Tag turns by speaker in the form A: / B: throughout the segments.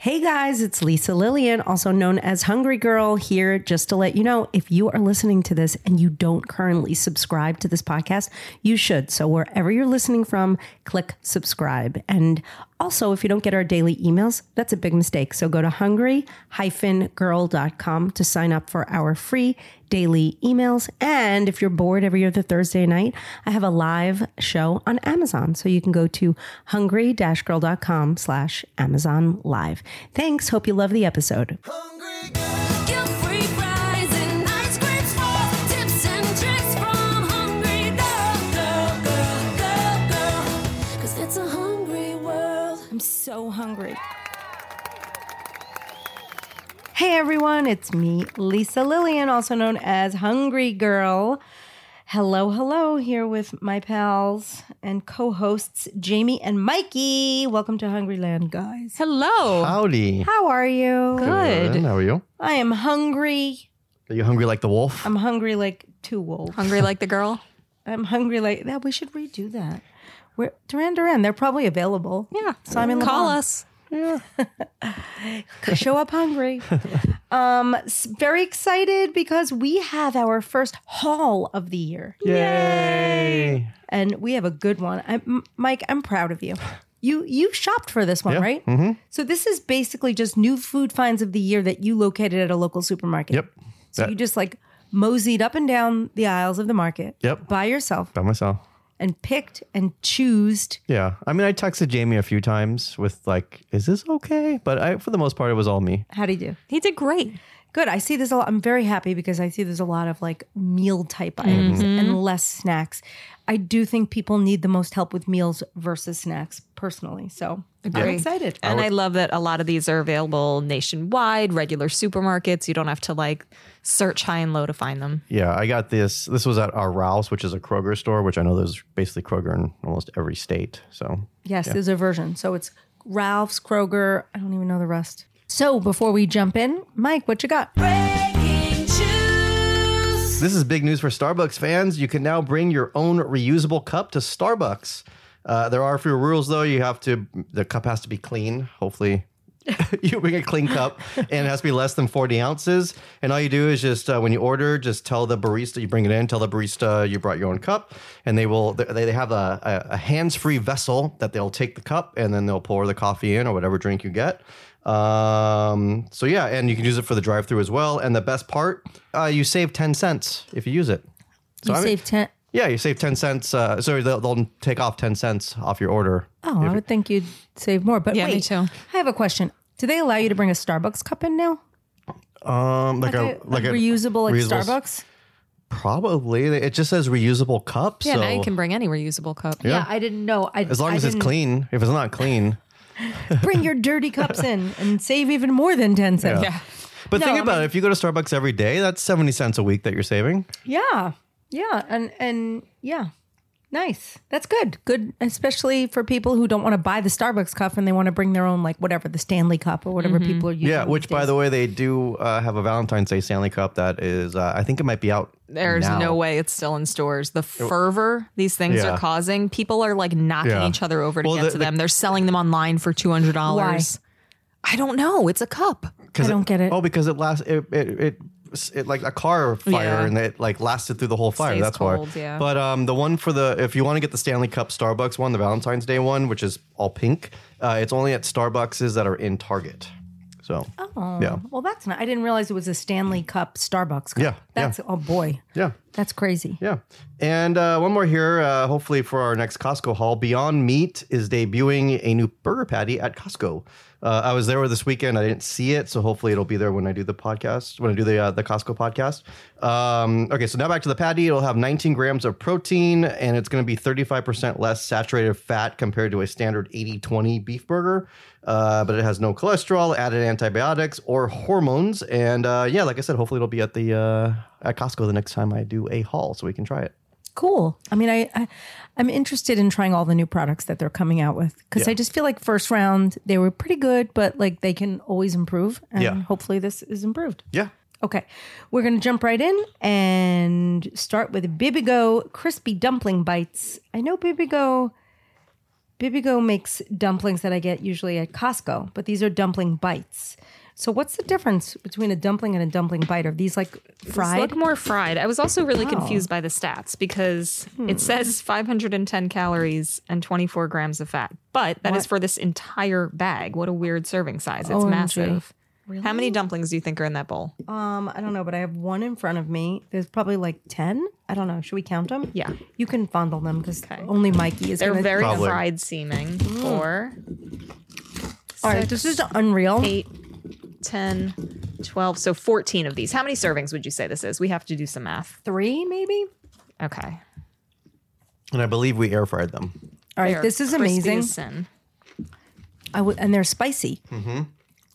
A: Hey guys, it's Lisa Lillian, also known as Hungry Girl, here just to let you know if you are listening to this and you don't currently subscribe to this podcast, you should. So, wherever you're listening from, click subscribe. And also, if you don't get our daily emails, that's a big mistake. So, go to hungry-girl.com to sign up for our free daily emails. And if you're bored every other Thursday night, I have a live show on Amazon. So you can go to hungry-girl.com slash Amazon live. Thanks. Hope you love the episode.
B: Hungry girl. Guilt-free fries and ice cream swirls. Tips and tricks from hungry girl, girl, girl, girl, girl. 'Cause it's a hungry world.
A: I'm so hungry. Hey everyone, it's me, Lisa Lillian, also known as Hungry Girl. Hello, hello, here with my pals and co hosts, Jamie and Mikey. Welcome to Hungry Land, guys.
C: Hello.
D: Howdy.
A: How are you?
C: Good.
D: How are you?
A: I am hungry.
D: Are you hungry like the wolf?
A: I'm hungry like two wolves.
C: Hungry like the girl?
A: I'm hungry like that. We should redo that. We're Duran Duran. They're probably available.
C: Yeah.
A: Simon
C: Call
A: Le Bon.
C: us.
A: Show up hungry. um, s- very excited because we have our first haul of the year,
D: Yay.
A: and we have a good one. I, M- Mike, I'm proud of you. You you shopped for this one, right? Mm-hmm. So this is basically just new food finds of the year that you located at a local supermarket.
D: Yep.
A: So
D: That-
A: you just like moseyed up and down the aisles of the market.
D: Yep.
A: By yourself
D: By myself.
A: and picked and choosed.
D: Yeah. I mean, I texted Jamie a few times with like, is this okay? But I, for the most part, it was all me.
A: How do you do?
C: He did great.
A: Good. I see this a lot. I'm very happy because I see there's a lot of like meal type items
D: Mm-hmm.
A: and less snacks. I do think people need the most help with meals versus snacks personally. So I'm
C: Agree.
A: excited.
C: And I love that a lot of these are available nationwide, regular supermarkets. You don't have to like search high and low to find them.
D: Yeah. I got this. This was at our Ralph's, which is a Kroger store, which I know there's basically Kroger in almost every state. So
A: Yes, there's a version. So it's Ralph's, Kroger. I don't even know the rest. So before we jump in, Mike, what you got?
B: Breaking juice.
D: This is big news for Starbucks fans. You can now bring your own reusable cup to Starbucks. Uh, there are a few rules though. You have to the cup has to be clean. Hopefully, you bring a clean cup, and it has to be less than forty ounces. And all you do is just uh, when you order, just tell the barista you bring it in. Tell the barista you brought your own cup, and they will they, they have a, a, a hands free vessel that they'll take the cup and then they'll pour the coffee in or whatever drink you get. Um, so yeah, and you can use it for the drive through as well. And the best part, uh, you save 10 cents if you use it. So
A: You
D: I mean-
A: saved ten.
D: yeah, you save 10 cents. Uh, sorry, they'll, they'll take off 10 cents off your order.
A: Oh, I would think you'd save more. But
C: Yeah, me
A: wait,
C: too.
A: I have a question. Do they allow you to bring a Starbucks cup in now?
D: Um,
A: Like,
D: like, a, like a
A: reusable, like
D: reusable-
A: Starbucks.
D: Probably. It just says reusable cup.
C: Yeah,
D: so
C: now you can bring any reusable cup.
A: Yeah, I didn't know. I,
D: as long
A: I
D: as it's
A: didn't-
D: clean. If it's not clean,
A: bring your dirty cups in and save even more than 10 cents. Yeah.
D: but
A: No,
D: think
A: I
D: about it. If you go to Starbucks every day, that's 70 cents a week that you're saving.
C: Oh,
A: Yeah. And and yeah. Nice. That's good. Good especially for people who don't want to buy the Starbucks cup and they want to bring their own like whatever the Stanley cup or whatever people are using.
D: Yeah, which by the way, they do uh, have a Valentine's Day Stanley Cup that is, uh, I think it might be out.
C: There's
D: now.
C: no way it's still in stores. The fervor these things
D: Yeah.
C: are causing, people are like knocking
D: Yeah.
C: each other over to
D: Well,
C: get
D: the-
C: to
D: the-
C: them. They're selling them online for $200. I don't know. It's a cup.
D: Cause
A: I don't get it.
D: Oh, because it lasts. It it, it, it like a car fire,
C: Yeah.
D: and it like lasted through the whole fire.
C: stays
D: That's
C: cold,
D: why.
C: yeah.
D: But um, the one for the if you want to get the Stanley Cup Starbucks one, the Valentine's Day one, which is all pink, uh, it's only at Starbucks that are in Target. So
C: Oh,
D: yeah,
A: Well, that's not. I didn't realize it was a Stanley cup Starbucks cup.
D: Yeah,
A: That's oh boy.
D: yeah.
A: That's crazy.
D: Yeah. And uh, one more here, uh, hopefully for our next Costco haul. Beyond Meat is debuting a new burger patty at Costco. Uh, I was there this weekend. I didn't see it, so hopefully it'll be there when I do the podcast, when I do the uh, the Costco podcast. Um, okay, so now back to the patty. It'll have 19 grams of protein, and it's going to be 35% less saturated fat compared to a standard 80-20 beef burger. Uh, but it has no cholesterol, added antibiotics, or hormones. And uh, yeah, like I said, hopefully it'll be at the uh, at Costco the next time I do a haul, so we can try it.
A: Cool. I mean, I, I I'm interested in trying all the new products that they're coming out with because I just feel like first round they were pretty good, but like they can always improve, and
D: Yeah.
A: hopefully this is improved.
D: Yeah.
A: Okay, we're gonna jump right in and start with Bibigo crispy dumpling bites. I know Bibigo Bibigo makes dumplings that I get usually at Costco, but these are dumpling bites. So what's the difference between a dumpling and a dumpling bite? Are these like
C: These
A: fried?
C: Look more fried. I was also really confused by the stats because
A: Hmm.
C: it says 510 calories and 24 grams of fat, but that is for this entire bag. What a weird serving size! It's
A: OMG.
C: massive. How many dumplings do you think are in that bowl?
A: Um, I don't know, but I have one in front of me. There's probably like ten. I don't know. Should we count them?
C: Yeah.
A: you can fondle them because only Mikey is.
C: They're
A: gonna-
C: very
D: Probably.
C: fried seeming. Four,
A: All right, this is unreal.
C: eight, 10, 12. So 14 of these. How many servings would you say this is? We have to do some math.
A: Three, maybe.
C: Okay.
D: And I believe we air fried them.
A: All
C: They
A: right,
C: are
A: this is
C: crispy
A: amazing.
C: as sin.
A: I would, and they're spicy.
D: Mm-hmm.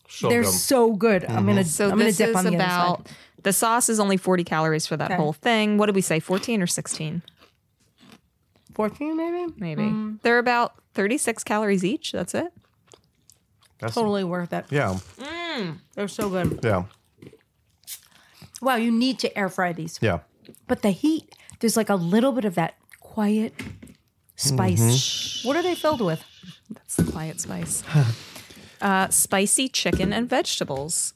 D: So
A: They're
D: good.
A: so good. I'm gonna.
C: Mm-hmm. So
A: I'm gonna
C: this
A: dip
C: is
A: on the other
C: about the sauce is only 40 calories for that
A: Okay.
C: whole thing. What did we say? 14 or 16?
A: side. fourteen, maybe.
C: Maybe. Mm. They're about 36 calories each. That's it.
D: That's-
A: Totally worth it.
D: Yeah.
A: They're so good.
D: Yeah.
A: Wow, you need to air fry these.
D: Yeah.
A: But the heat, there's like a little bit of that quiet spice.
D: Mm-hmm.
A: What are they filled with?
C: That's the quiet spice. uh, spicy chicken and vegetables.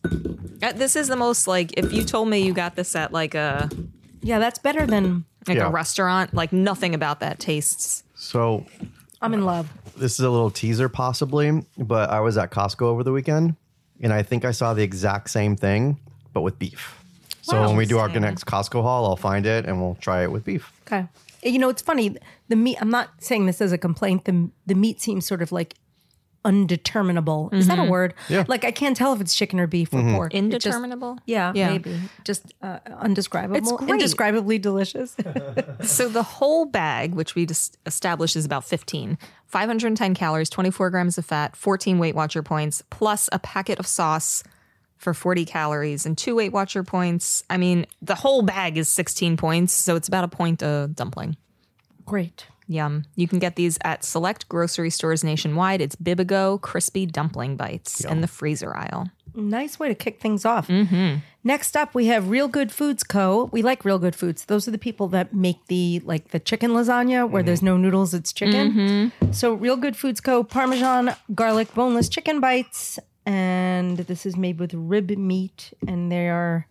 C: Uh, this is the most like if you told me you got this at like a
A: Yeah, that's better than
C: like
D: Yeah.
C: a restaurant, like nothing about that tastes.
D: So
A: I'm in love.
D: this is a little teaser possibly, but I was at Costco over the weekend and I think I saw the exact same thing, but with beef. So
C: Wow.
D: when we do our
C: Interesting.
D: next Costco haul, I'll find it and we'll try it with beef.
A: Okay. You know, it's funny. The meat. I'm not saying this as a complaint. The the meat seems sort of like undeterminable. Is that a
C: Mm-hmm.
A: word?
D: Yeah.
A: Like I can't tell if it's chicken or beef or pork. It just-
C: Indeterminable.
A: yeah,
C: Yeah.
A: maybe just uh, undescribable.
C: It's great.
A: Indescribably delicious.
C: So the whole bag, which we just established is about 15, 510 calories, 24 grams of fat, 14 Weight Watcher points, plus a packet of sauce for 40 calories and two Weight Watcher points. I mean, the whole bag is 16 points, so it's about a point a dumpling.
A: Great.
C: Yum. You can get these at select grocery stores nationwide. It's Bibigo crispy dumpling bites in the freezer aisle.
A: Nice way to kick things off.
C: Mm-hmm.
A: Next up, we have Real Good Foods Co. We like Real Good Foods. Those are the people that make the like the chicken lasagna
C: Mm-hmm.
A: where there's no noodles, it's chicken. So Real Good Foods Co. Parmesan garlic boneless chicken bites, and this is made with rib meat. And they are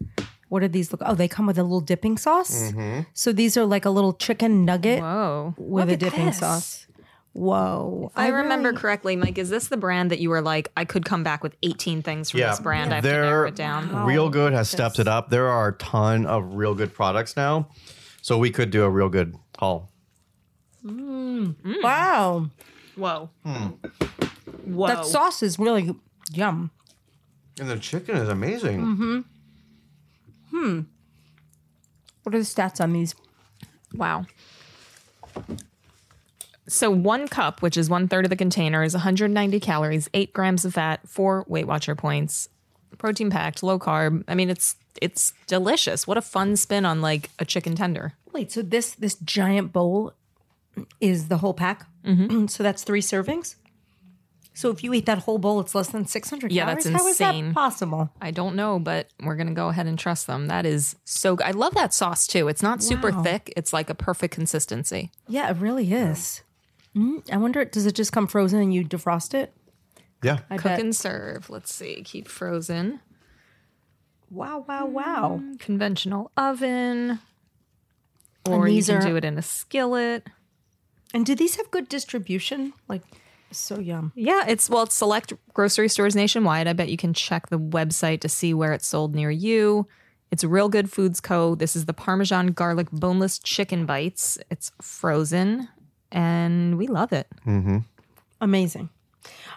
A: what are these look? Oh, they come with a little dipping sauce. So these are like a little chicken nugget
C: Mm-hmm. Whoa.
A: with a dipping sauce. Whoa!
C: I remember
A: really-
C: correctly, Mike. Is this the brand that you were like, I could come back with 18 things from this brand? I have to narrow it down.
D: Real Good has stepped it up. There are a ton of real good products now. So we could do a real good haul.
A: Wow,
C: Whoa. Whoa.
A: that sauce is really yum.
D: And the chicken is amazing.
C: Mm-hmm.
A: What are the stats on these?
C: wow. So one cup, which is one third of the container, is 190 calories, eight grams of fat, four Weight Watcher points, protein packed, low carb. I mean, it's it's delicious. What a fun spin on like a chicken tender.
A: Wait, so this this giant bowl is the whole pack?
C: Mm-hmm.
A: So that's three servings. So if you eat that whole bowl, it's less than six hundred.
C: Yeah, that's
A: calories? How is
C: insane.
A: that possible?
C: I don't know, but we're gonna go ahead and trust them. That is so. Good. I love that sauce too. It's not super
A: Wow.
C: thick. It's like a perfect consistency.
A: Yeah, it really is. Mm, I wonder, does it just come frozen and you defrost it?
D: Yeah.
A: I
C: Cook
A: bet.
C: and serve. Let's see. Keep frozen.
A: Wow! Wow! Wow!
C: Conventional oven. Or you
A: these
C: can
A: are-
C: do it in a skillet.
A: And do these have good distribution? Like, so yum.
C: Yeah, it's well, it's select grocery stores nationwide. I bet you can check the website to see where it's sold near you. It's Real Good Foods Co. This is the Parmesan garlic boneless chicken bites. It's frozen and we love it.
A: Amazing.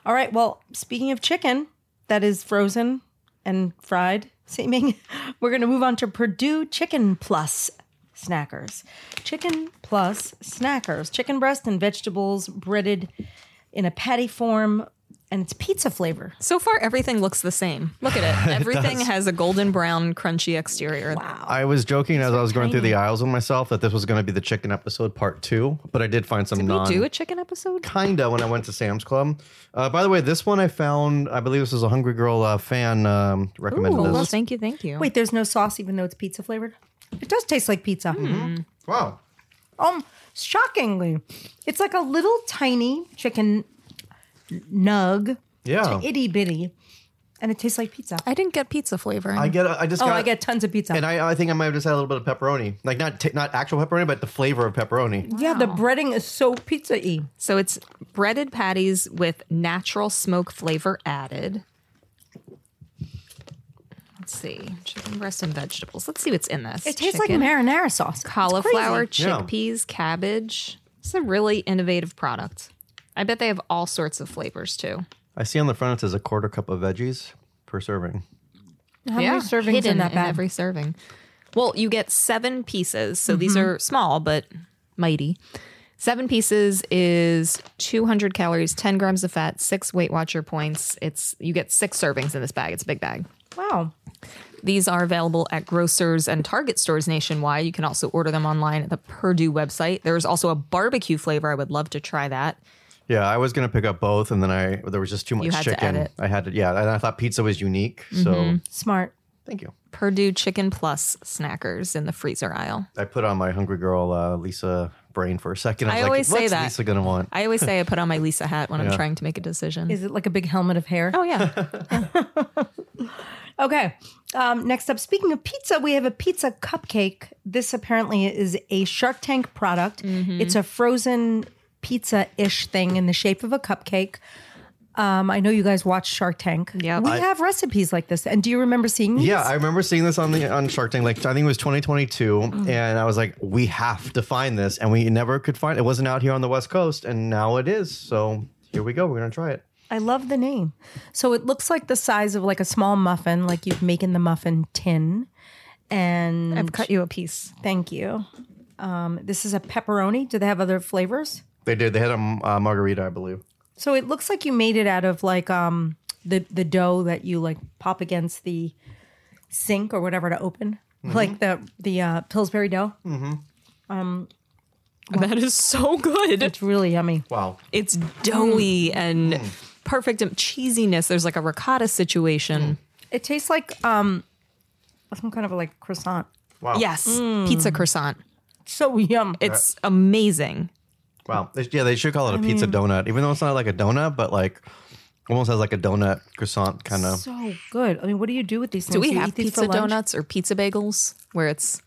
A: All right. Well, speaking of chicken that is frozen and fried seeming, we're going to move on to Purdue Chicken Plus Snackers. Chicken Plus Snackers, chicken breast and vegetables breaded in a patty form, and it's pizza flavor.
C: So far everything looks the same. Look at it. Everything has a golden brown crunchy exterior.
D: I was joking as I was going through the aisles with myself that this was going to be the chicken episode part two, but I did find some
C: We
D: non
C: do a chicken episode?
D: kinda when I went to Sam's Club. Uh, by the way, this one I found. I believe this is a Hungry Girl uh, fan um, recommended
C: Cool.
D: this.
C: thank you, thank you.
A: Wait, there's no sauce even though it's pizza flavored? It does taste like pizza.
D: Wow.
A: Um, Shockingly, it's like a little tiny chicken nug,
D: Yeah.
A: itty bitty, and it tastes like pizza.
C: I didn't get pizza flavoring.
D: I get. I just.
A: oh,
D: got,
A: I get tons of pizza.
D: And I, I think I might have just had a little bit of pepperoni, like not t- not actual pepperoni, but the flavor of pepperoni.
A: yeah, the breading is so pizza y.
C: so it's breaded patties with natural smoke flavor added. Let's see. Chicken breast and vegetables. Let's see what's in this.
A: It tastes
C: Chicken,
A: like marinara sauce. It's
C: cauliflower,
A: crazy.
D: Yeah.
C: chickpeas, cabbage. It's a really innovative product. I bet they have all sorts of flavors too.
D: I see on the front it says a quarter cup of veggies per serving.
A: How many servings
C: hidden
A: in that bag?
C: every serving. Well, you get seven pieces, so these
A: Mm-hmm.
C: are small but mighty. Seven pieces is 200 calories, 10 grams of fat, six Weight Watcher points. It's you get six servings in this bag. It's a big bag.
A: wow.
C: These are available at grocers and Target stores nationwide. You can also order them online at the Purdue website. There's also a barbecue flavor. I would love to try that.
D: Yeah, I was gonna pick up both, and then I there was just too much
C: had to Mm-hmm. add
D: chicken.
C: it.
D: I had to, yeah, and I thought pizza was unique, so
A: Smart.
D: thank you.
C: Purdue Chicken Plus snackers in the freezer aisle.
D: I put on my hungry girl uh, Lisa brain for a second. I, was
C: I
D: like,
C: always say
D: What's
C: that.
D: Lisa gonna want?
C: I always say I put on my Lisa hat when I'm trying to make a decision.
A: Is it like a big helmet of hair?
C: oh yeah. Oh.
A: Okay. Um, next up, speaking of pizza, we have a pizza cupcake. This apparently is a Shark Tank product.
C: Mm-hmm.
A: It's a frozen pizza ish thing in the shape of a cupcake. Um, I know you guys watch Shark Tank.
C: Yep.
A: we
C: I-
A: have recipes like this. And do you remember seeing these?
D: Yeah, I remember seeing this on the on Shark Tank. Like I think it was 2022,
A: Mm-hmm.
D: and I was like, we have to find this, and we never could find it. Wasn't out here on the West Coast, and now it is. So here we go. We're gonna try it.
A: I love the name. So it looks like the size of like a small muffin, like you'd make in the muffin tin. And
C: I've cut you a piece.
A: thank you. Um, this is a pepperoni. Do they have other flavors?
D: They did. They had a uh, margarita, I believe.
A: So it looks like you made it out of like um the the dough that you like pop against the sink or whatever to open, like the the uh, Pillsbury dough.
C: That is so good.
A: It's really yummy.
D: Wow.
C: It's doughy and perfect and cheesiness. There's like a ricotta situation.
A: It tastes like um some kind of like croissant.
D: Wow.
C: Yes, pizza croissant.
A: So yum.
C: It's amazing.
D: Wow. They- yeah, they should call it a pizza donut, even though it's not like a donut, but like almost has like a donut croissant kind of.
A: so good. I mean, what do you do with these things?
C: Do we
A: you
C: have
A: eat these for
C: pizza
A: lunch?
C: donuts or pizza bagels where it's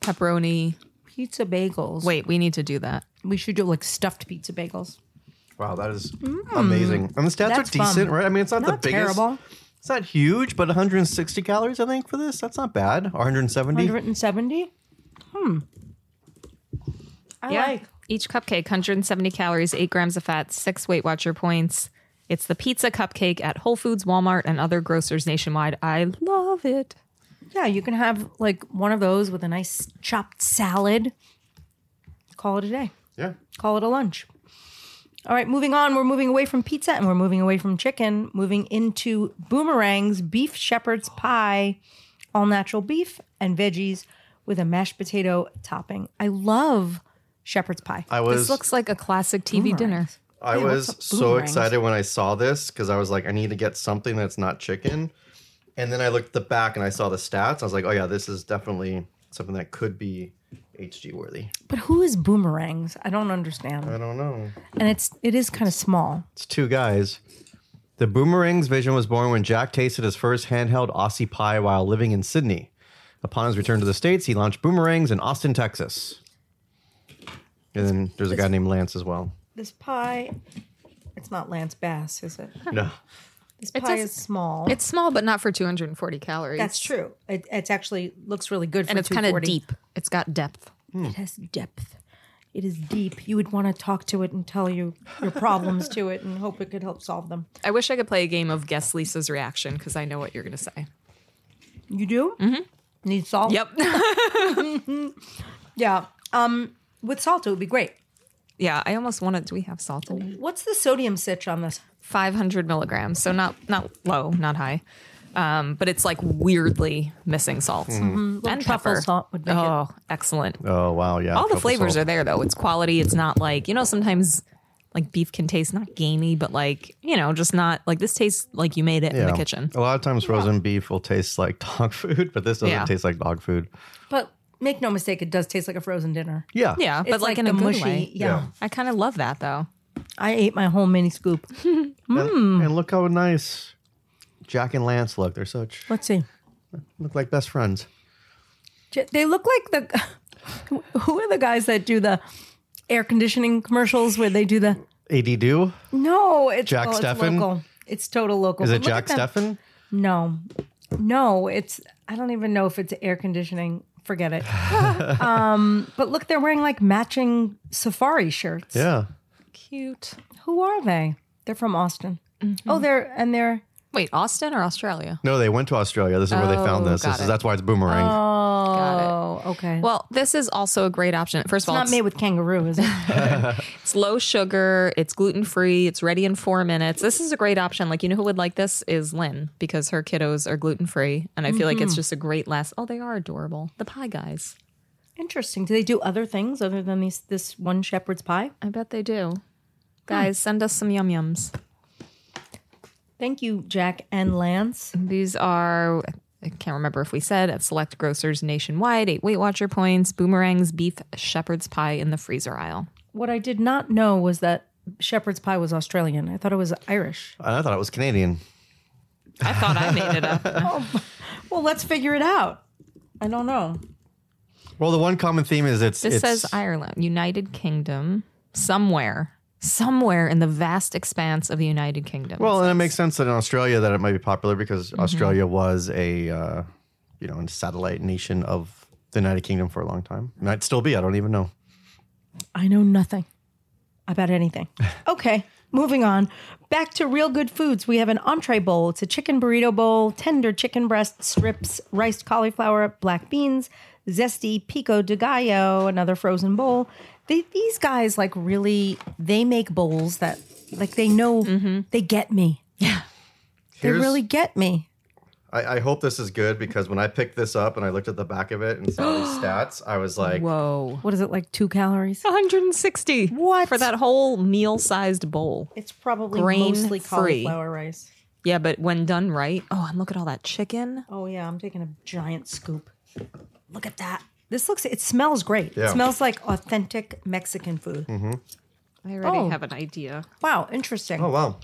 C: pepperoni?
A: Pizza bagels.
C: Wait, we need to do that.
A: we should do like stuffed pizza bagels.
D: Wow, that is amazing. And the stats
A: Mm. That's
D: are decent,
A: fun.
D: right? I mean, it's not,
A: Not
D: the biggest.
A: terrible.
D: It's not huge, but 160 calories, I think, for this. That's not bad. Or 170.
A: 170? Hmm. I like.
C: Each cupcake, 170 calories, 8 grams of fat, 6 Weight Watcher points. It's the pizza cupcake at Whole Foods, Walmart, and other grocers nationwide. I love it.
A: Yeah, you can have like one of those with a nice chopped salad. Call it a day.
D: Yeah.
A: Call it a lunch. All right, moving on. We're moving away from pizza and we're moving away from chicken, moving into boomerangs, beef shepherd's pie, all natural beef and veggies with a mashed potato topping. I love shepherd's pie.
D: I was
C: This looks like a classic TV dinner.
D: I
A: Yeah, what's
D: was
A: up,
D: so
A: boomerangs?
D: excited when I saw this because I was like, I need to get something that's not chicken. And then I looked at the back and I saw the stats. I was like, oh yeah, this is definitely something that could be HG worthy.
A: But who is boomerangs? I don't understand.
D: I don't know.
A: And it's it is kind of small.
D: It's two guys. The boomerang's vision was born when Jack tasted his first handheld Aussie pie while living in Sydney. Upon his return to the States, he launched boomerangs in Austin, Texas. And then there's a guy named Lance as well.
A: This pie, it's not Lance Bass, is it?
D: No.
A: This
C: It
A: pie
C: does-
A: is small.
C: It's small, but not for 240 calories.
A: That's true. It it's actually looks really good for
C: and it's kind of
A: 240.
C: deep. It's got depth.
A: It has depth. It is deep. You would want to talk to it and tell you your problems to it and hope it could help solve them.
C: I wish I could play a game of guess Lisa's reaction because I know what you're going to say.
A: You do? Mm-hmm. Need salt?
C: Yep.
A: Yeah. Um, with salt, it would be great.
C: yeah, I almost wanted. Do we have salt in here?
A: What's the sodium sitch on this?
C: 500 milligrams, so not not low, not high, um, but it's like weirdly missing salt and
A: truffle
C: pepper.
A: salt would make it-
C: oh, excellent!
D: Oh wow, yeah.
C: All the flavors are there though. It's quality. It's not like you know sometimes like beef can taste not gamey, but like you know just not like this tastes like you made it in the kitchen.
D: A lot of times frozen beef will taste like dog food, but this doesn't
C: Yeah.
D: taste like dog food.
A: But Make no mistake, it does taste like a frozen dinner.
D: Yeah.
C: Yeah,
A: It's
C: but like, in a
A: the
C: good
A: mushy.
C: way.
A: Yeah.
D: Yeah.
C: I kind of love that though.
A: I ate my whole mini scoop.
D: And,
C: mm.
D: and look how nice Jack and Lance look. They're such
A: Let's see.
D: look like best friends.
A: J- They look like the. Who are the guys that do the air conditioning commercials where they do the?
D: AD do
A: No, it's
D: Jack
A: oh, it's
D: Steffen?
A: local. It's total local.
D: is
A: But
D: it
A: look
D: Jack
A: at them.
D: Steffen?
A: No, no, it's I don't even know if it's air conditioning. Forget it. um, but look, they're wearing like matching safari shirts.
D: Yeah.
C: Cute.
A: Who are they? They're from Austin. Oh, they're and they're
C: Wait, Austin or Australia?
D: No, they went to Australia. This is where they found
C: Oh,
D: this.
C: got
D: this is
C: it.
D: that's why it's boomerang.
A: oh okay. Well,
C: Well, this is also a great option. First of all,
A: not
C: it's,
A: made with kangaroo, is it?
C: it's low sugar, it's gluten free, it's ready in four minutes. This is a great option. Like, you know who would like this is Lynn because her kiddos are gluten free, and I feel like it's just a great last. Oh, they are adorable. The pie guys.
A: Interesting. Do they do other things other than these this one shepherd's pie?
C: I bet they do. Guys, send us some yum yums.
A: Thank you, Jack and Lance.
C: These are, I can't remember if we said, at select grocers nationwide, eight Weight Watcher points, boomerangs, beef, shepherd's pie in the freezer aisle.
A: What I did not know was that shepherd's pie was Australian. I thought it was Irish.
D: I thought it was Canadian.
C: I thought I made it up.
A: Well, let's figure it out. I don't know.
D: Well, the one common theme is it's
C: This
D: it's,
C: says Ireland, United Kingdom, somewhere, somewhere in the vast expanse of the United Kingdom.
D: Well, uh, and it makes sense that in Australia that it might be popular because
C: Mm-hmm.
D: Australia was a uh, you know, a satellite nation of the United Kingdom for a long time. Might still be, I don't even know.
A: I know nothing about anything. Okay, moving on. Back to real good foods. We have an entree bowl. It's a chicken burrito bowl, tender chicken breast strips, riced cauliflower, black beans, zesty pico de gallo, another frozen bowl. They, these guys like really they make bowls that like they know they get me. They
D: Here's-
A: really get me.
D: I, I hope this is good because when I picked this up and I looked at the back of it and saw the stats, I was like,
C: Whoa.
A: What is it like 2 calories?
C: 160.
A: What?
C: For that whole meal sized bowl.
A: It's probably
C: Grain
A: mostly
C: free.
A: cauliflower rice.
C: Yeah, but when done right, oh, and look at all that chicken.
A: Oh yeah, I'm taking a giant scoop. Look at that. This looks. It smells great. It
D: Yeah. Mm-hmm.
A: smells like authentic Mexican food.
C: I already
A: Oh.
C: have an idea.
A: Wow, interesting.
D: oh wow.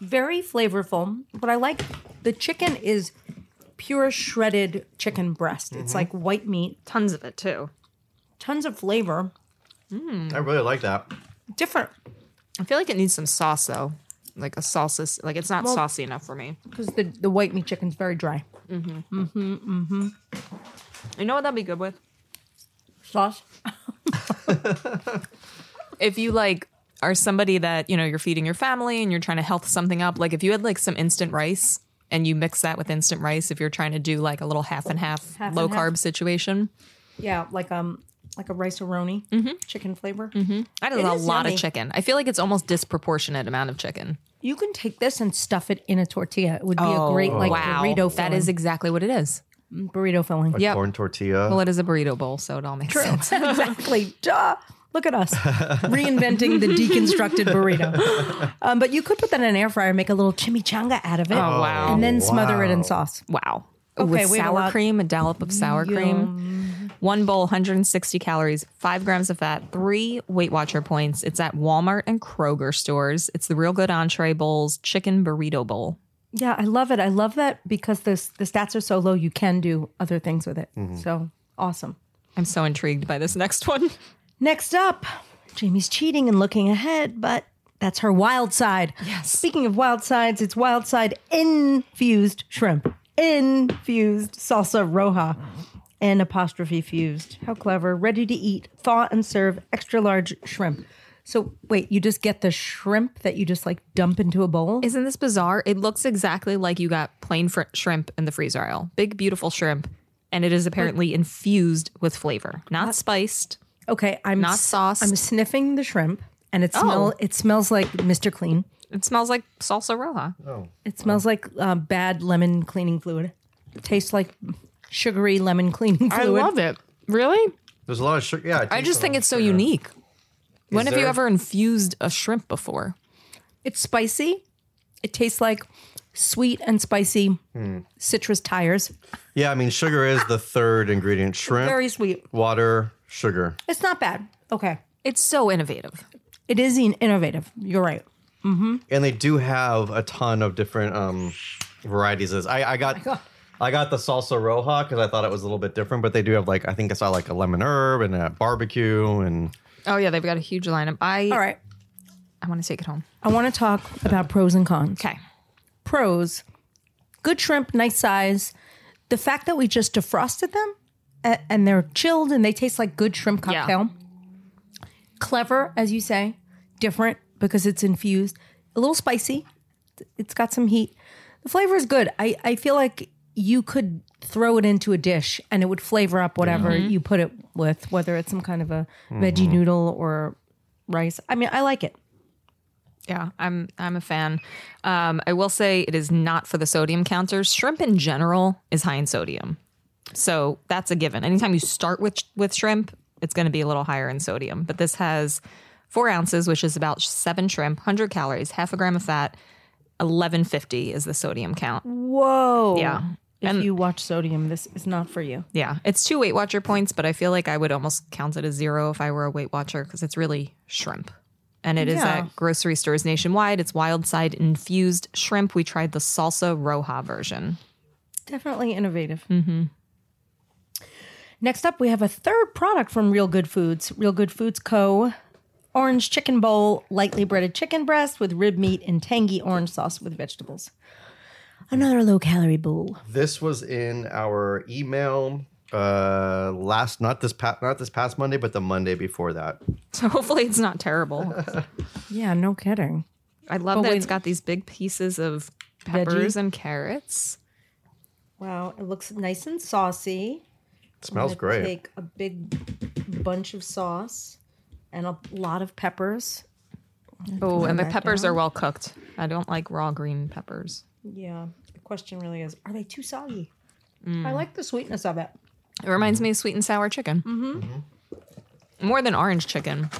A: Very flavorful. But I like the chicken is pure shredded chicken breast.
D: Mm-hmm.
A: It's like white meat.
C: Tons of it, too.
A: Tons of flavor.
D: I really like that.
A: Different
C: I feel like it needs some sauce, though. Like a salsa, like it's not saucy enough for me.
A: because the the white meat chicken's very dry.
C: You know what that'd be good with?
A: Sauce.
C: if you like are somebody that you know you're feeding your family and you're trying to health something up like if you had like some instant rice and you mix that with instant rice if you're trying to do like a little half and half,
A: Half and
C: low
A: half.
C: carb situation
A: Yeah, like um like a rice aroni
C: Mm-hmm.
A: chicken flavor.
C: that is
A: It
C: a
A: is
C: lot
A: yummy.
C: of chicken i feel like it's almost disproportionate amount of chicken
A: You can take this and stuff it in a tortilla. It would be a great like burrito.
C: Oh, that
A: filling.
C: is exactly what it is
A: burrito filling.
D: Like
C: Yep.
D: corn tortilla.
C: well it is a burrito bowl so it all makes sense
A: exactly. Duh. Look at us reinventing the deconstructed burrito. Um, but you could put that in an air fryer, make a little chimichanga out of it,
C: Oh, wow.
A: and then smother it in sauce.
C: wow
A: Okay,
C: with
A: we have a
C: sour
A: lot-
C: cream a dollop of sour cream one bowl 160 calories 5 grams of fat 3 weight watcher points it's at walmart and kroger stores it's the real good entree bowls chicken burrito bowl
A: Yeah, I love it. I love that because this the stats are so low, you can do other things with it. So awesome.
C: i'm so intrigued by this next one
A: Next up, Jamie's cheating and looking ahead, but that's her wild side. Yes. Speaking of wild sides, it's wild side infused shrimp, infused salsa roja, and apostrophe fused. How clever. Ready to eat, thaw and serve extra large shrimp. So, wait, you just get the shrimp that you just like dump into a bowl?
C: isn't this bizarre it looks exactly like you got plain fr- shrimp in the freezer aisle big beautiful shrimp and it is apparently infused with flavor not spiced
A: Okay, I'm
C: Not
A: s-
C: sauced. Oh.
A: I'm sniffing the shrimp and it smell it smells like Mr. Clean.
C: it smells like salsa roja
A: It smells like uh, bad lemon cleaning fluid. Tastes like sugary lemon cleaning fluid.
C: it really
D: There's a lot of sugar. Yeah,
C: I just think it's so
D: unique.
C: unique. When have you
D: there-
C: ever infused a shrimp before?
A: It's spicy It tastes like sweet and spicy citrus tires.
D: Yeah, I mean, sugar is the third ingredient. Shrimp,
A: Very sweet.
D: water, sugar.
A: It's not bad. Okay.
C: It's so innovative.
A: It is in- innovative. You're right.
D: and they do have a ton of different um varieties of this. I, I
C: Oh
D: got I got the salsa roja because I thought it was a little bit different, but they do have like I think I saw like a lemon herb and a barbecue and
C: Oh yeah, they've got a huge lineup. I
A: All right.
C: I want to take it home.
A: I want to talk about pros and cons.
C: Okay.
A: Pros good shrimp, nice size. The fact that we just defrosted them a- and they're chilled and they taste like good shrimp
C: Yeah.
A: cocktail. Clever, as you say, different because it's infused, a little spicy. It's got some heat. The flavor is good. I, I feel like you could throw it into a dish and it would flavor up whatever
C: Mm-hmm.
A: you put it with, whether it's some kind of a veggie noodle or rice. I mean, I like it.
C: Yeah, I'm I'm a fan. Um, I will say it is not for the sodium counters. Shrimp in general is high in sodium, so that's a given. Anytime you start with with shrimp, it's going to be a little higher in sodium. But this has four ounces, which is about seven shrimp, hundred calories, half a gram of fat. Eleven fifty is the sodium count.
A: Whoa.
C: Yeah,
A: If
C: And-
A: you watch sodium, this is not for you.
C: yeah, it's two Weight Watcher points, but I feel like I would almost count it as zero if I were a Weight Watcher because it's really shrimp. And it is
A: Yeah.
C: at grocery stores nationwide. It's wild side infused shrimp. We tried the salsa roja version.
A: Definitely innovative. Mm-hmm. Next up, we have a third product from Real Good Foods. Real Good Foods Co. Orange chicken bowl, lightly breaded chicken breast with rib meat and tangy orange sauce with vegetables. Another low calorie bowl.
D: this was in our email uh last not this past not this past Monday, but the Monday before that.
C: So hopefully it's not terrible.
A: Yeah, no kidding.
C: I love that
A: wait-
C: it's got these big pieces of peppers and carrots.
A: Wow, it looks nice and saucy.
D: It smells
A: gonna
D: great.
A: Take a big bunch of sauce and a lot of peppers.
C: Oh, and the
A: that
C: peppers are well cooked. I don't like raw green peppers.
A: Yeah, the question really is are they too soggy? I like the sweetness of it.
C: It reminds me of sweet and sour chicken. Mm-hmm. More than orange chicken.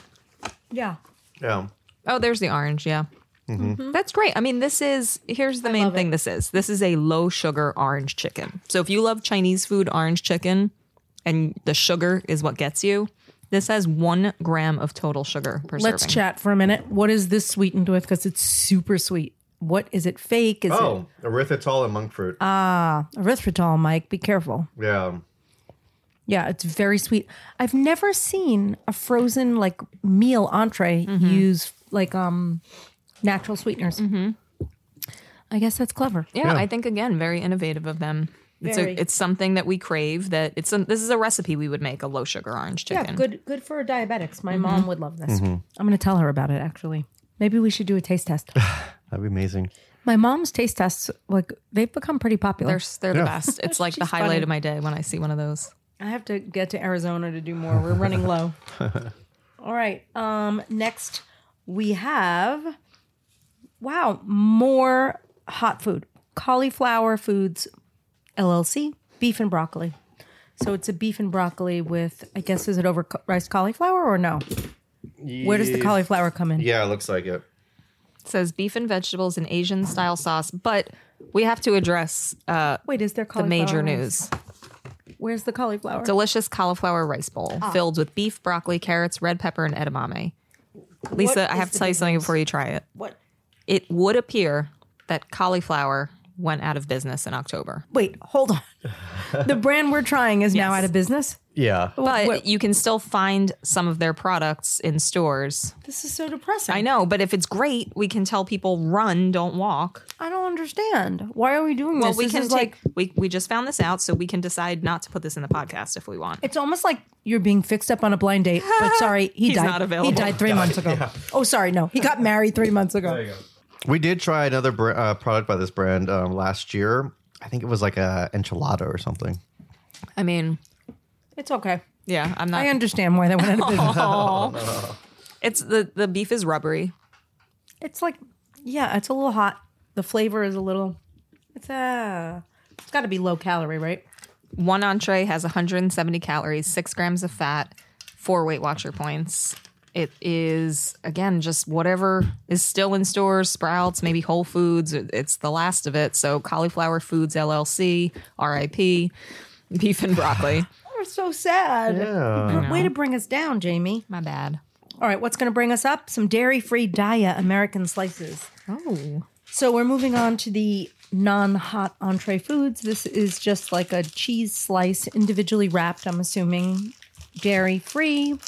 A: Yeah.
D: Yeah.
C: Oh, there's the orange. Yeah.
A: Mm-hmm.
C: That's great. I mean, this is here's the main thing this is. This is a low sugar orange chicken. So if you love Chinese food, orange chicken, and the sugar is what gets you, this has one gram of total sugar per
A: Let's
C: serving.
A: chat for a minute. What is this sweetened with? Because it's super sweet. What is it fake? Is
D: Oh, erythritol and monk fruit.
A: Uh, it erythritol, Mike? Be careful.
D: yeah.
A: Yeah, it's very sweet. I've never seen a frozen like meal entree use like um natural sweeteners. Mm-hmm. I guess that's clever.
C: Yeah, I think again, very innovative of them. It's
A: Very.
C: a, it's something that we crave. That it's a, this is a recipe we would make a low sugar orange
A: Yeah,
C: chicken.
A: good good for diabetics. My mom would love this. I'm gonna tell her about it actually. Maybe we should do a taste test.
D: That'd be amazing.
A: My mom's taste tests, like they've become pretty popular.
C: They're s- they're the best. It's like the highlight of my day when I see one of those.
A: I have to get to Arizona to do more. We're running low. All right. Um, next, we have wow, more hot food. Cauliflower Foods LLC, beef and broccoli. So it's a beef and broccoli with, I guess, is it over ca- rice cauliflower or no? Where does the cauliflower come in?
D: Yeah, it looks like it.
C: It says beef and vegetables in Asian style sauce, but we have to address uh,
A: Wait, is there
C: the
A: cauliflower?
C: major
A: rice?
C: news.
A: Where's the cauliflower?
C: Delicious cauliflower rice bowl
A: Ah.
C: filled with beef, broccoli, carrots, red pepper, and edamame. Lisa, I
A: is
C: have to
A: the
C: tell you
A: big
C: something before you try it.
A: what?
C: It would appear that cauliflower went out of business in October,
A: Wait, hold on. the brand we're trying is now
C: Yes.
A: out of business.
D: Yeah.
C: but
A: What-
C: you can still find some of their products in stores.
A: This is so depressing.
C: I know, but if it's great, we can tell people run, don't walk.
A: I don't understand. Why are we doing
C: Well,
A: this?
C: we
A: This
C: can
A: is
C: like we we just found this out, so we can decide not to put this in the podcast if we want.
A: it's almost like you're being fixed up on a blind date. But sorry, he
C: He's
A: died.
C: not available.
A: He died three months ago. Oh, sorry, no, he got married three months ago.
D: We did try another br- uh, product by this brand um, last year. I think it was like a enchilada or something.
C: I mean,
A: It's okay.
C: yeah, I'm not.
A: I understand why they went out of business.
C: It's the the beef is rubbery.
A: It's like, yeah, it's a little hot. The flavor is a little. It's uh It's got to be low calorie, right?
C: One entree has 170 calories, six grams of fat, four Weight Watcher points. It is again just whatever is still in stores, Sprouts, maybe Whole Foods. It- It's the last of it. So Cauliflower Foods LLC, RIP, beef and broccoli.
A: We're so sad.
D: Yeah.
A: Way to bring us down, Jamie.
C: My bad.
A: All right, what's going to bring us up? Some dairy free Daya American slices.
C: Oh,
A: So we're moving on to the non hot entree foods. This is just like a cheese slice, individually wrapped, I'm assuming, dairy free.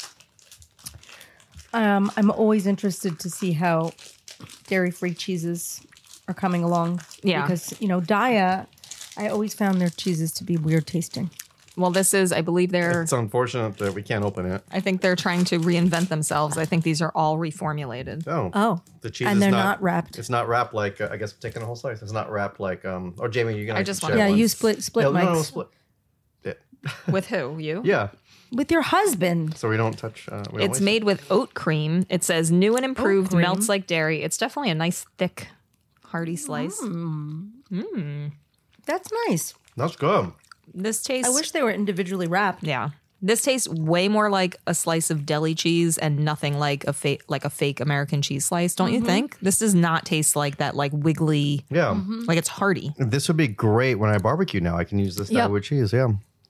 A: Um, I'm always interested to see how dairy free cheeses are coming along.
C: Yeah.
A: Because, you know, Daya, I always found their cheeses to be weird tasting.
C: well, this is. I believe they're.
D: It's unfortunate that we can't open it.
C: I think they're trying to reinvent themselves. I think these are all reformulated.
D: Oh.
A: Oh.
D: The cheese
A: And
D: is
A: they're
D: not,
A: not wrapped.
D: It's not wrapped like uh, I guess I'm taking a whole slice. It's not wrapped like um. Or Jamie, you're gonna.
C: I just
D: share
C: want-
A: Yeah,
D: one.
A: you split split
D: No,
A: mics
D: no, no, split. Yeah.
C: With who? You?
D: yeah.
A: with your husband.
D: So we don't touch. Uh, we don't
C: It's
D: waste
C: made with oat cream. It says new and improved,
A: cream.
C: melts like dairy. It's definitely a nice, thick, hearty slice.
A: That's nice.
D: it. That's good.
C: This tastes.
A: I wish they were individually wrapped.
C: Yeah, this tastes way more like a slice of deli cheese and nothing like a fake, like a fake American cheese slice. Don't
A: Mm-hmm.
C: you think? This does not taste like that, like wiggly.
D: Yeah.
A: Mm-hmm.
C: Like it's hearty.
D: This would be great when I barbecue. Now I can use this
A: Yep.
D: yep. with cheese. Yeah.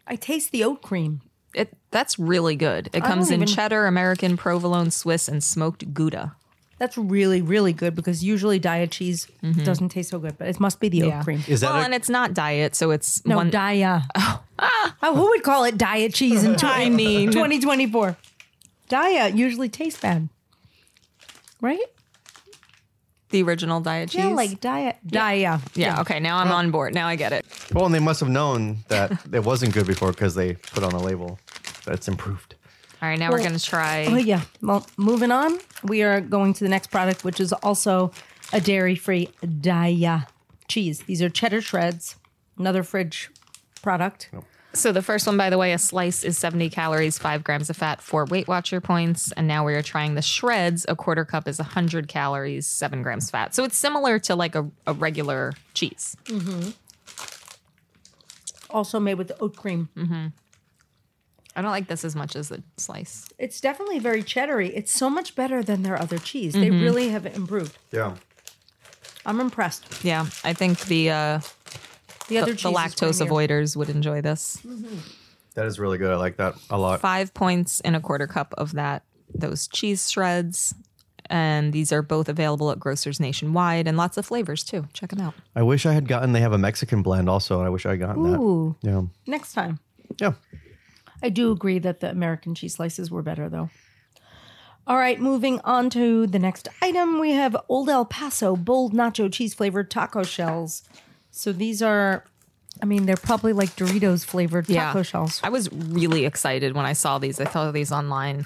A: I taste the oat cream.
C: It that's really good. It comes in
A: even-
C: cheddar, American provolone, Swiss, and smoked Gouda.
A: That's really, really good because usually diet cheese
C: Mm-hmm.
A: doesn't taste so good, but it must be the oat cream.
D: Is that
C: well,
D: a-
C: and it's not diet, so it's
A: No,
C: one.
A: Daya. Oh. who would call it diet cheese in
C: I mean,
A: 2024? Daya usually tastes bad. Right?
C: the original diet cheese.
A: Yeah, like diet. Daya.
C: yeah. Okay, now I'm on board. Now I get it.
D: Well, and they must have known that it wasn't good before because they put on a label that's improved.
C: All right, now we're gonna try.
A: Oh, yeah. Well, moving on, we are going to the next product, which is also a dairy free Daya cheese. These are cheddar shreds, another fridge product.
C: So the first one, by the way, a slice is 70 calories, five grams of fat, four Weight Watcher points. And now we are trying the shreds. A quarter cup is 100 calories, seven grams fat. So it's similar to like a, a regular cheese.
A: Also made with oat cream.
C: Mm-hmm. I don't like this as much as the slice.
A: It's definitely very cheddary. It's so much better than their other cheese. They
C: Mm-hmm.
A: really have improved.
D: Yeah.
A: I'm impressed.
C: Yeah, I think the uh,
A: The
C: the,
A: other
C: the
A: cheese is
C: lactose
A: creamier.
C: avoiders would enjoy this.
D: That is really good. I like that a lot.
C: Five points and a quarter cup of that those cheese shreds. And these are both available at grocers nationwide and lots of flavors too. Check them out.
D: I wish I had gotten, they have a Mexican blend also, and I wish I had gotten
A: Ooh.
D: that. Yeah.
A: Next time.
D: Yeah.
A: I do agree that the American cheese slices were better though. All right, moving on to the next item, we have Old El Paso bold nacho cheese flavored taco shells. So these are I mean, they're probably like Doritos flavored taco shells.
C: I was really excited when I saw these. I saw these online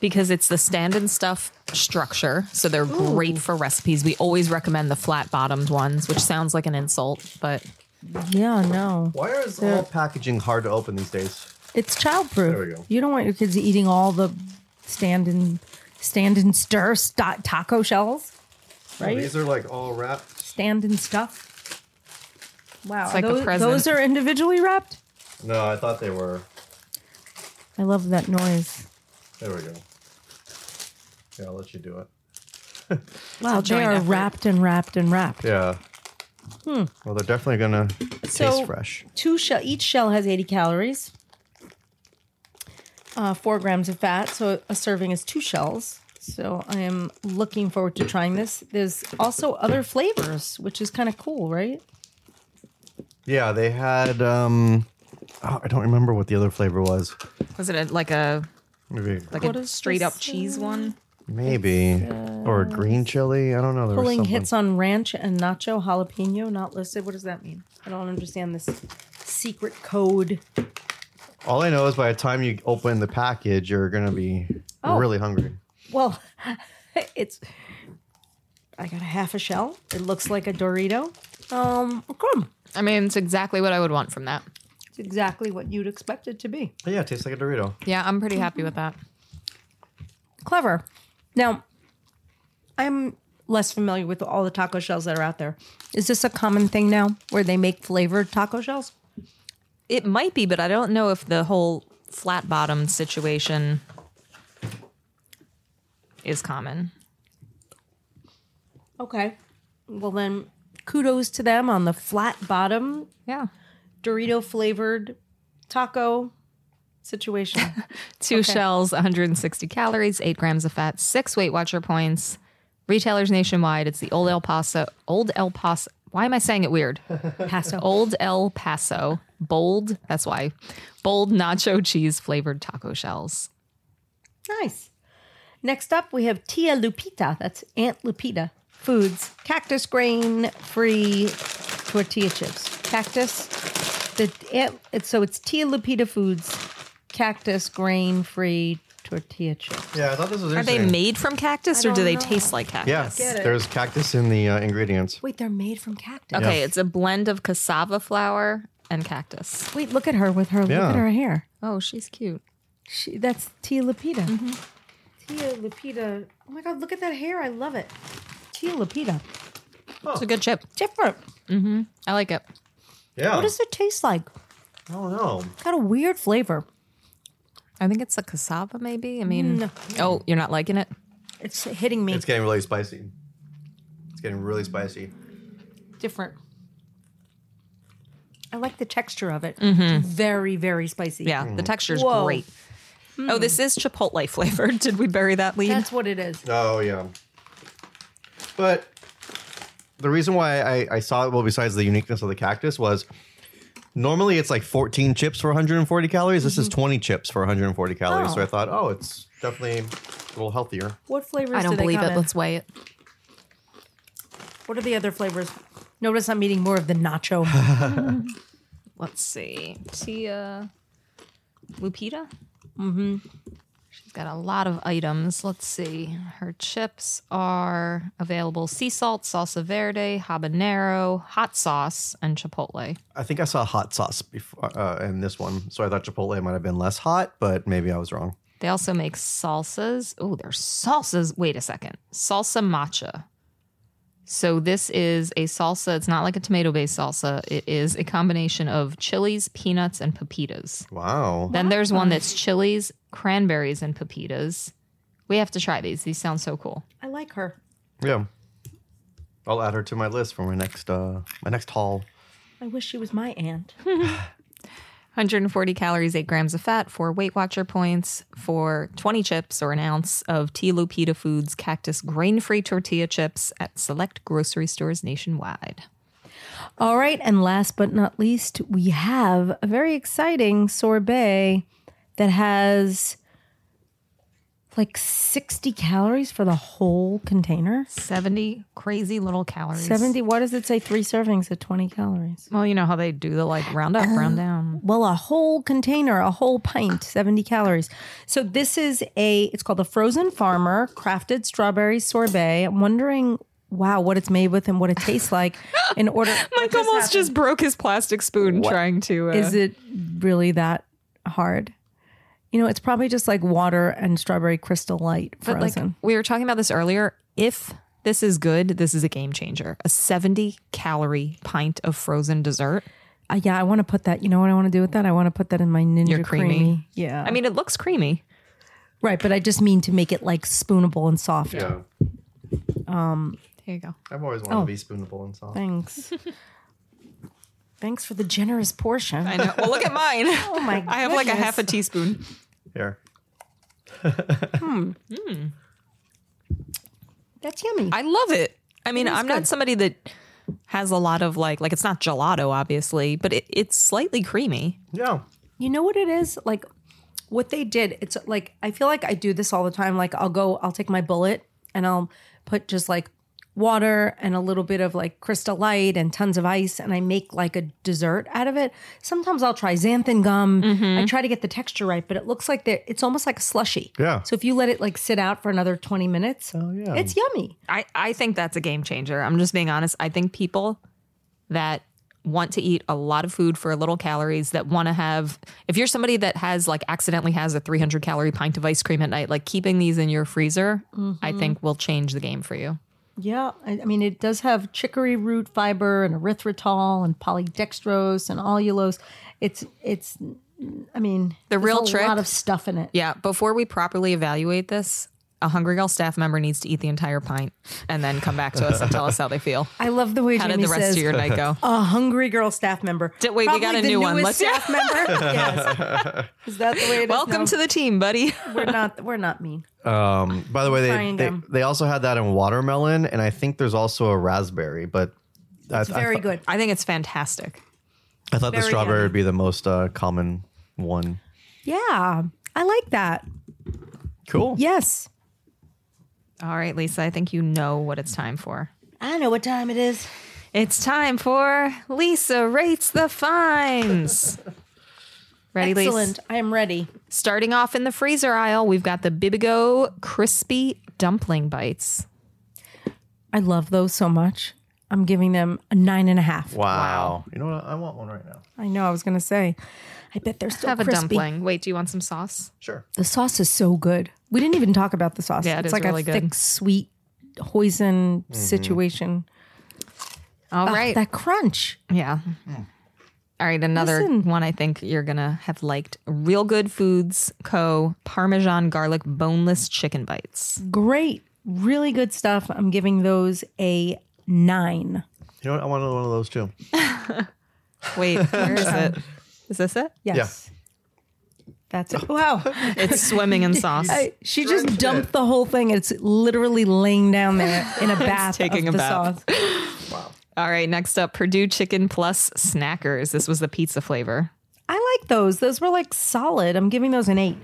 C: because it's the stand and stuff structure. So they're great for recipes. We always recommend the flat bottomed ones, which sounds like an insult, but
A: Yeah, no.
D: Why is all packaging hard to open these days?
A: It's childproof.
D: There we go.
A: You don't want your kids eating all the stand and stand and stir st- taco shells, right?
D: These are like all wrapped.
A: Stand and stuff. Wow,
C: like a
A: those,
C: present.
A: those are individually wrapped.
D: No, I thought they were.
A: I love that noise.
D: There we go. Yeah, I'll let you do it.
A: Wow, they
C: joint
A: are
C: effort.
A: wrapped and wrapped and wrapped.
D: Yeah.
A: Hmm.
D: Well, they're definitely going to
A: So-
D: taste fresh.
A: Two shell, each shell has 80 calories, uh, four grams of fat. So a serving is two shells. So I am looking forward to trying this. There's also other flavors, which is kind of cool, right?
D: Yeah, they had, um, oh, I don't remember what the other flavor was.
C: was it a, like a
D: Maybe,
C: like
A: What
C: a
A: is
C: straight
A: this, uh,
C: up cheese one?
D: maybe, or a green chili. I don't know. There was
A: Pulling
D: something.
A: hits on ranch and nacho jalapeno not listed. What does that mean? I don't understand this secret code.
D: All I know is by the time you open the package, you're gonna be
A: Oh.
D: really hungry.
A: Well, it's I got a half a shell. It looks like a Dorito. Um, okay.
C: I mean, it's exactly what I would want from that.
A: It's exactly what you'd expect it to be.
D: yeah, it tastes like a Dorito.
C: Yeah, I'm pretty happy with that.
A: Clever. Now, I'm less familiar with all the taco shells that are out there. Is this a common thing now where they make flavored taco shells?
C: It might be, but I don't know if the whole flat bottomed situation is common.
A: Okay. Well, then kudos to them on the flat bottom
C: Yeah.
A: Dorito flavored taco situation.
C: Two shells, 160 calories, eight grams of fat, six Weight Watcher points. Retailers nationwide. It's the Old El Paso. Old El Paso. Why am I saying it weird?
A: Paso.
C: Old El Paso. Bold. That's why. Bold nacho cheese flavored taco shells.
A: Nice. Next up, we have Tia Lupita. That's Aunt Lupita Foods. Cactus grain free tortilla chips. Cactus. The Aunt, it's- so it's Tia Lupita Foods. Cactus grain free tortilla chips.
D: Yeah, I thought this was
C: Are they
D: interesting.
C: made from cactus or do they taste like
D: Yeah,
C: cactus?
D: there's cactus in the uh, ingredients.
A: Wait, they're made from cactus.
C: Okay,
D: Yeah.
C: it's a blend of cassava flour and cactus.
A: Wait, look at her with her
D: Yeah.
A: look at her hair.
C: Oh, she's cute.
A: She, that's Tia Lupita. Tia Lupita. Oh my God, look at that hair. I love it. Tia Lupita.
C: It's a good chip.
A: Different.
C: I like it.
D: Yeah.
A: What does it taste like?
D: I don't know.
A: Got a weird flavor.
C: I think it's a cassava, maybe. I mean, oh, you're not liking it?
A: It's hitting me.
D: It's getting really spicy. It's getting really spicy.
A: different. I like the texture of it. Very, very spicy.
C: Yeah, the texture's
A: Whoa.
C: great. Oh, this is chipotle flavored. Did we bury that lead?
A: That's what it is.
D: Oh yeah. But the reason why I, I saw it, well, besides the uniqueness of the cactus, was normally it's like 14 chips for 140 calories. This is 20 chips for 140 calories. So
A: Oh.
D: I thought, oh, it's definitely a little healthier.
A: What flavors
C: I
A: do
C: don't
A: they
C: believe
A: come
C: it.
A: in?
C: Let's weigh it.
A: What are the other flavors? Notice I'm eating more of the nacho.
C: Let's see. Tia Lupita? Mm hmm. She's got a lot of items. Let's see. Her chips are available sea salt, salsa verde, habanero, hot sauce, and chipotle.
D: I think I saw hot sauce before uh, in this one. So I thought Chipotle might have been less hot, but maybe I was wrong.
C: They also make salsas. Oh, there's salsas. Wait a second. Salsa matcha. So this is a salsa. It's not like a tomato-based salsa. It is a combination of chilies, peanuts, and pepitas.
D: Wow.
C: Then there's one that's chilies, cranberries, and pepitas. We have to try these. These sound so cool.
A: I like her.
D: Yeah. I'll add her to my list for my next uh my next haul.
A: I wish she was my aunt.
C: 140 calories, 8 grams of fat, 4 Weight Watcher points, for 20 chips or an ounce of Tea Lupita Foods Cactus grain-free tortilla chips at select grocery stores nationwide.
A: All right, and last but not least, we have a very exciting sorbet that has like 60 calories for the whole container.
C: 70 crazy little calories.
A: 70, why does it say three servings at 20 calories?
C: Well, you know how they do the like round
A: Uh,
C: up, round down.
A: Well, a whole container, a whole pint, 70 calories. So this is a, it's called the Frozen Farmer Crafted Strawberry Sorbet. I'm wondering, wow, what it's made with and what it tastes like in order.
C: Mike almost just broke his plastic spoon trying to. Uh,
A: Is it really that hard? You know, it's probably just like water and strawberry crystal light
C: but like
A: frozen.
C: we were talking about this earlier. If this is good, this is a game changer. A 70 calorie pint of frozen dessert.
A: Uh, yeah, I want to put that. You know what I want to do with that? I want to put that in my ninja
C: Your creamy.
A: creamy. Yeah,
C: I mean, it looks creamy.
A: right, but I just mean to make it like spoonable and soft.
D: Yeah.
C: There you go.
D: I've always wanted to be spoonable and soft.
A: Thanks. Thanks for the generous portion.
C: I know. Well, look at mine.
A: oh my!
C: I have like a half a teaspoon.
D: Here.
A: That's yummy.
C: I love it. I mean, I'm not somebody that has a lot of like, like it's not gelato, obviously, but it, it's slightly creamy.
D: Yeah.
A: You know what it is? Like what they did, it's like I feel like I do this all the time. Like I'll go, I'll take my bullet and I'll put just like water and a little bit of like crystal light and tons of ice and I make like a dessert out of it. Sometimes I'll try xanthan gum. I try to get the texture right, but it looks like they're- it's almost like a slushy.
D: Yeah.
A: So if you let it like sit out for another 20 minutes, oh
D: yeah.
A: It's yummy.
C: I, I think that's a game changer. I'm just being honest. I think people that want to eat a lot of food for little calories that want to have if you're somebody that has like accidentally has a 300 calorie pint of ice cream at night like keeping these in your freezer i think will change the game for you
A: Yeah, I, I mean, it does have chicory root fiber and erythritol and polydextrose and allulose. It's it's, I mean, the
C: real
A: a
C: trick-
A: lot of stuff in it.
C: yeah before we properly evaluate this a Hungry Girl staff member needs to eat the entire pint and then come back to us and tell us how they feel.
A: I love the way
C: How did
A: Jamie
C: the rest
A: says
C: of your night go?
A: a hungry girl staff member.
C: Did- wait, we got
A: Probably
C: a
A: the
C: new one.
A: newest
C: Let's-
A: staff member. yes. Is that the way it is?
C: Welcome
A: No,
C: to the team, buddy.
A: We're not. We're not mean.
D: Um, by the way, they,
A: Trying
D: they
A: them.
D: they also had that in watermelon, and I think there's also a raspberry. But I, I
A: Very
D: thought-
A: good.
C: I think it's fantastic.
D: I thought the
A: Very
D: strawberry
A: yummy.
D: would be the most uh, common one.
A: Yeah, I like that.
D: Cool.
A: Yes,
C: All right, Lisa, I think you know what it's time for.
A: I know what time it is.
C: It's time for Lisa rates the fines. Ready, Lisa?
A: Excellent. I am ready.
C: Starting off in the freezer aisle, we've got the Bibigo crispy dumpling bites.
A: I love those so much. I'm giving them a nine and a half.
D: Wow. You know what? I want one right now.
A: I know. I was gonna say. I bet they're still
C: Have
A: crispy.
C: a dumpling. Wait, do you want some sauce?
D: Sure.
A: The sauce is so good. We didn't even talk about the sauce.
C: Yeah,
A: it's
C: it is
A: like
C: really
A: a
C: good.
A: thick, sweet, hoisin
C: Mm-hmm.
A: situation.
C: All
A: Ah,
C: right.
A: that crunch.
C: yeah. All right, another
A: Listen.
C: one I think you're going to have liked. Real Good Foods Co. Parmesan garlic boneless chicken bites.
A: Great, really good stuff. I'm giving those a nine.
D: You know what? I want one of those too.
C: Wait, where is it? Is this it?
A: Yes. That's it. Wow.
C: It's swimming in sauce.
A: I- she just dumped the whole thing. It's literally laying down there in a bath
C: taking
A: of the
C: a bath.
A: sauce.
C: All right, next up, Purdue Chicken Plus Snackers. This was the pizza flavor.
A: I like those. Those were like solid. I'm giving those an eight.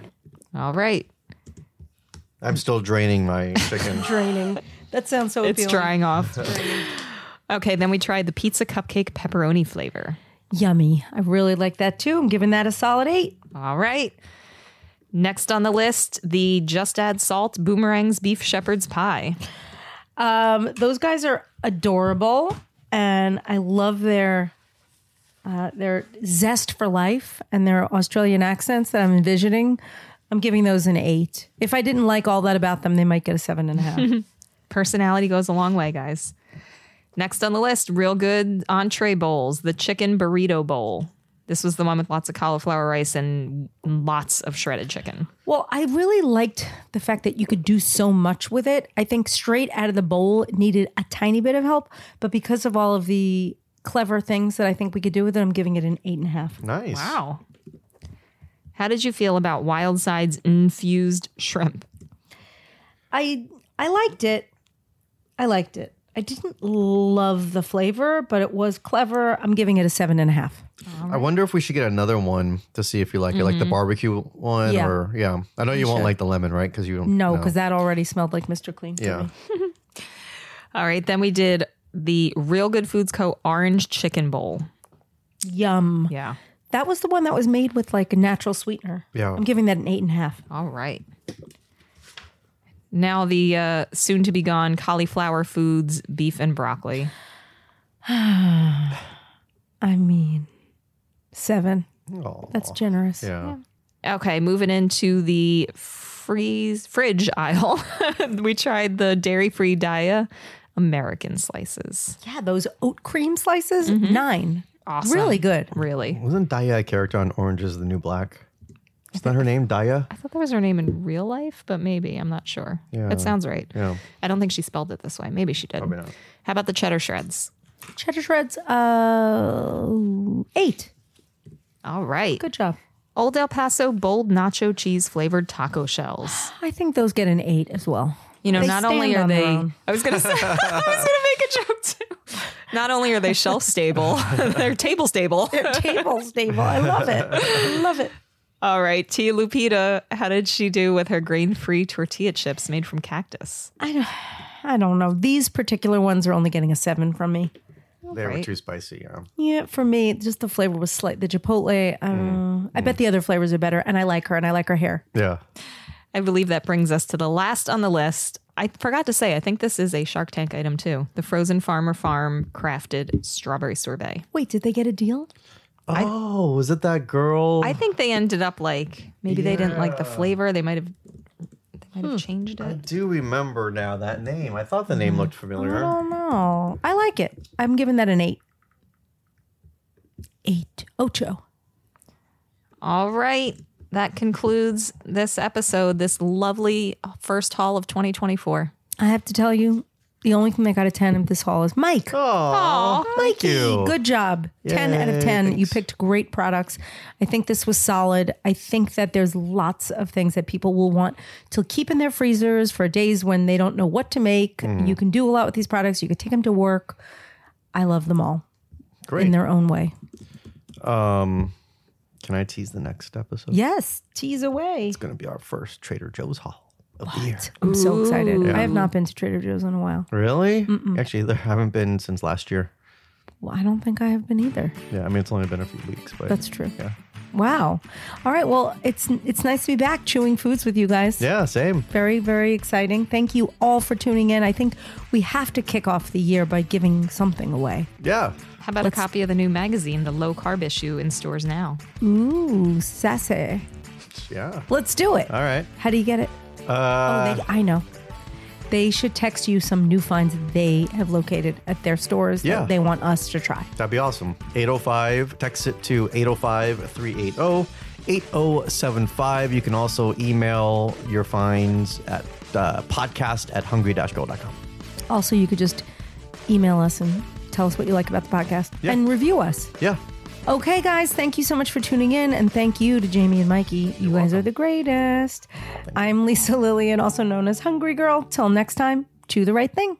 C: All right,
D: I'm still draining my chicken.
A: Draining. That sounds so
C: it's
A: appealing.
C: drying off. okay, then we tried the pizza cupcake pepperoni flavor.
A: Yummy. I really like that too. I'm giving that a solid eight.
C: All right. Next on the list, the Just Add Salt Boomerangs Beef Shepherd's Pie.
A: Um, those guys are adorable, and I love their uh, their zest for life and their Australian accents that I'm envisioning. I'm giving those an eight. If I didn't like all that about them, they might get a seven and a half.
C: Personality goes a long way, guys. Next on the list, real good entree bowls, the chicken burrito bowl. This was the one with lots of cauliflower rice and lots of shredded chicken.
A: Well, I really liked the fact that you could do so much with it. I think straight out of the bowl it needed a tiny bit of help, but because of all of the clever things that I think we could do with it, I'm giving it an eight and a half.
D: nice.
C: Wow. How did you feel about Wildside's infused shrimp?
A: I I liked it. I liked it. I didn't love the flavor, but it was clever. I'm giving it a seven and a half.
D: I wonder if we should get another one to see if you like it, like the barbecue one,
A: Mm-hmm. Yeah.
D: or yeah. I know you won't like the lemon, right? Because you don't.
A: No, because that already smelled like Mr. Clean. To
D: yeah.
A: me.
C: All right, then we did the Real Good Foods Co. Orange Chicken Bowl.
A: Yum.
C: Yeah.
A: That was the one that was made with like a natural sweetener.
D: Yeah.
A: I'm giving that an eight and a half.
C: All right. Now the uh, soon to be gone cauliflower foods, beef and broccoli.
A: I mean, seven.
D: Aw.
A: That's generous.
D: yeah.
C: Okay, moving into the freeze fridge aisle. we tried the dairy free Dia American slices.
A: Yeah, those oat cream slices,
D: Mm-hmm.
A: nine.
C: Awesome.
A: Really good.
C: Really?
D: Wasn't Daya a character on Orange Is the New Black? Is that her name, Daya?
C: I thought that was her name in real life, but maybe I'm not sure.
D: Yeah.
C: That sounds right.
D: Yeah.
C: I don't think she spelled it this way. Maybe she did. Probably
D: not.
C: How about the cheddar shreds?
A: Cheddar shreds, uh, eight.
C: All right.
A: Good job.
C: Old El Paso bold nacho cheese flavored taco shells.
A: I think those get an eight as well.
C: You know,
A: They
C: not only
A: stand
C: are
A: on their
C: they
A: own.
C: I was gonna say I was gonna make a joke too. Not only are they shelf stable, they're table stable.
A: Table stable. I love it. I love it.
C: All right, Tia Lupita, how did she do with her grain free tortilla chips made from cactus?
A: I don't, I don't know. These particular ones are only getting a seven from me.
D: They were
C: Right.
D: too spicy. Yeah.
A: Yeah, for me, just the flavor was slight. The chipotle, uh, I bet the other flavors are better. And I like her and I like her hair.
D: Yeah.
C: I believe that brings us to the last on the list. I forgot to say, I think this is a Shark Tank item too. The Frozen Farmer Farm crafted strawberry sorbet.
A: Wait, did they get a deal?
D: Oh, was it that girl?
C: I think they ended up like maybe they didn't like the flavor. They might have they might have changed
D: I
C: it.
D: do remember now that name. I thought the name looked familiar.
A: I don't know. I like it. I'm giving that an eight. Eight. Ocho.
C: All right. that concludes this episode, this lovely first haul of 2024.
A: I have to tell you, the only thing that got a 10 of this haul is Mike.
D: Oh, thank
A: Mikey,
D: you.
A: good job. 10 out of
D: Yay,
A: 10. You
D: thanks.
A: picked great products. I think this was solid. I think that there's lots of things that people will want to keep in their freezers for days when they don't know what to make.
D: Hmm.
A: You can do a lot with these products. You could take them to work. I love them all
D: Great.
A: in their own way.
D: Can I tease the next episode?
A: Yes, tease away.
D: It's going to be our first Trader Joe's haul of the year.
A: I'm so excited. I have not been to Trader Joe's in a while.
D: Really? Actually, there haven't been since last year.
A: Well, I don't think I have been either.
D: Yeah, I mean, it's only been a few weeks, but
A: That's true.
D: Yeah.
A: Wow. All right. Well, it's it's nice to be back chewing foods with you guys.
D: Yeah, same.
A: Very, very exciting. Thank you all for tuning in. I think we have to kick off the year by giving something away.
D: Yeah.
C: How about a copy of the new magazine, the low carb issue, in stores now?
A: Ooh, sassy.
D: Yeah.
A: Let's do it.
D: All right.
A: How do you get it?
D: Uh,
A: oh, they, I know. They should text you some new finds they have located at their stores
D: Yeah.
A: that they want us to try.
D: That'd be awesome. 805, text it to 805 380 8075. You can also email your finds at uh, podcast at hungry girl.com.
A: Also, you could just email us and tell us what you like about the podcast
D: Yeah.
A: and review us.
D: Yeah.
A: Okay, guys, thank you so much for tuning in, and thank you to Jamie and Mikey. You guys are the greatest. I'm Lisa Lillian, also known as Hungry Girl. Till next time, chew the right thing.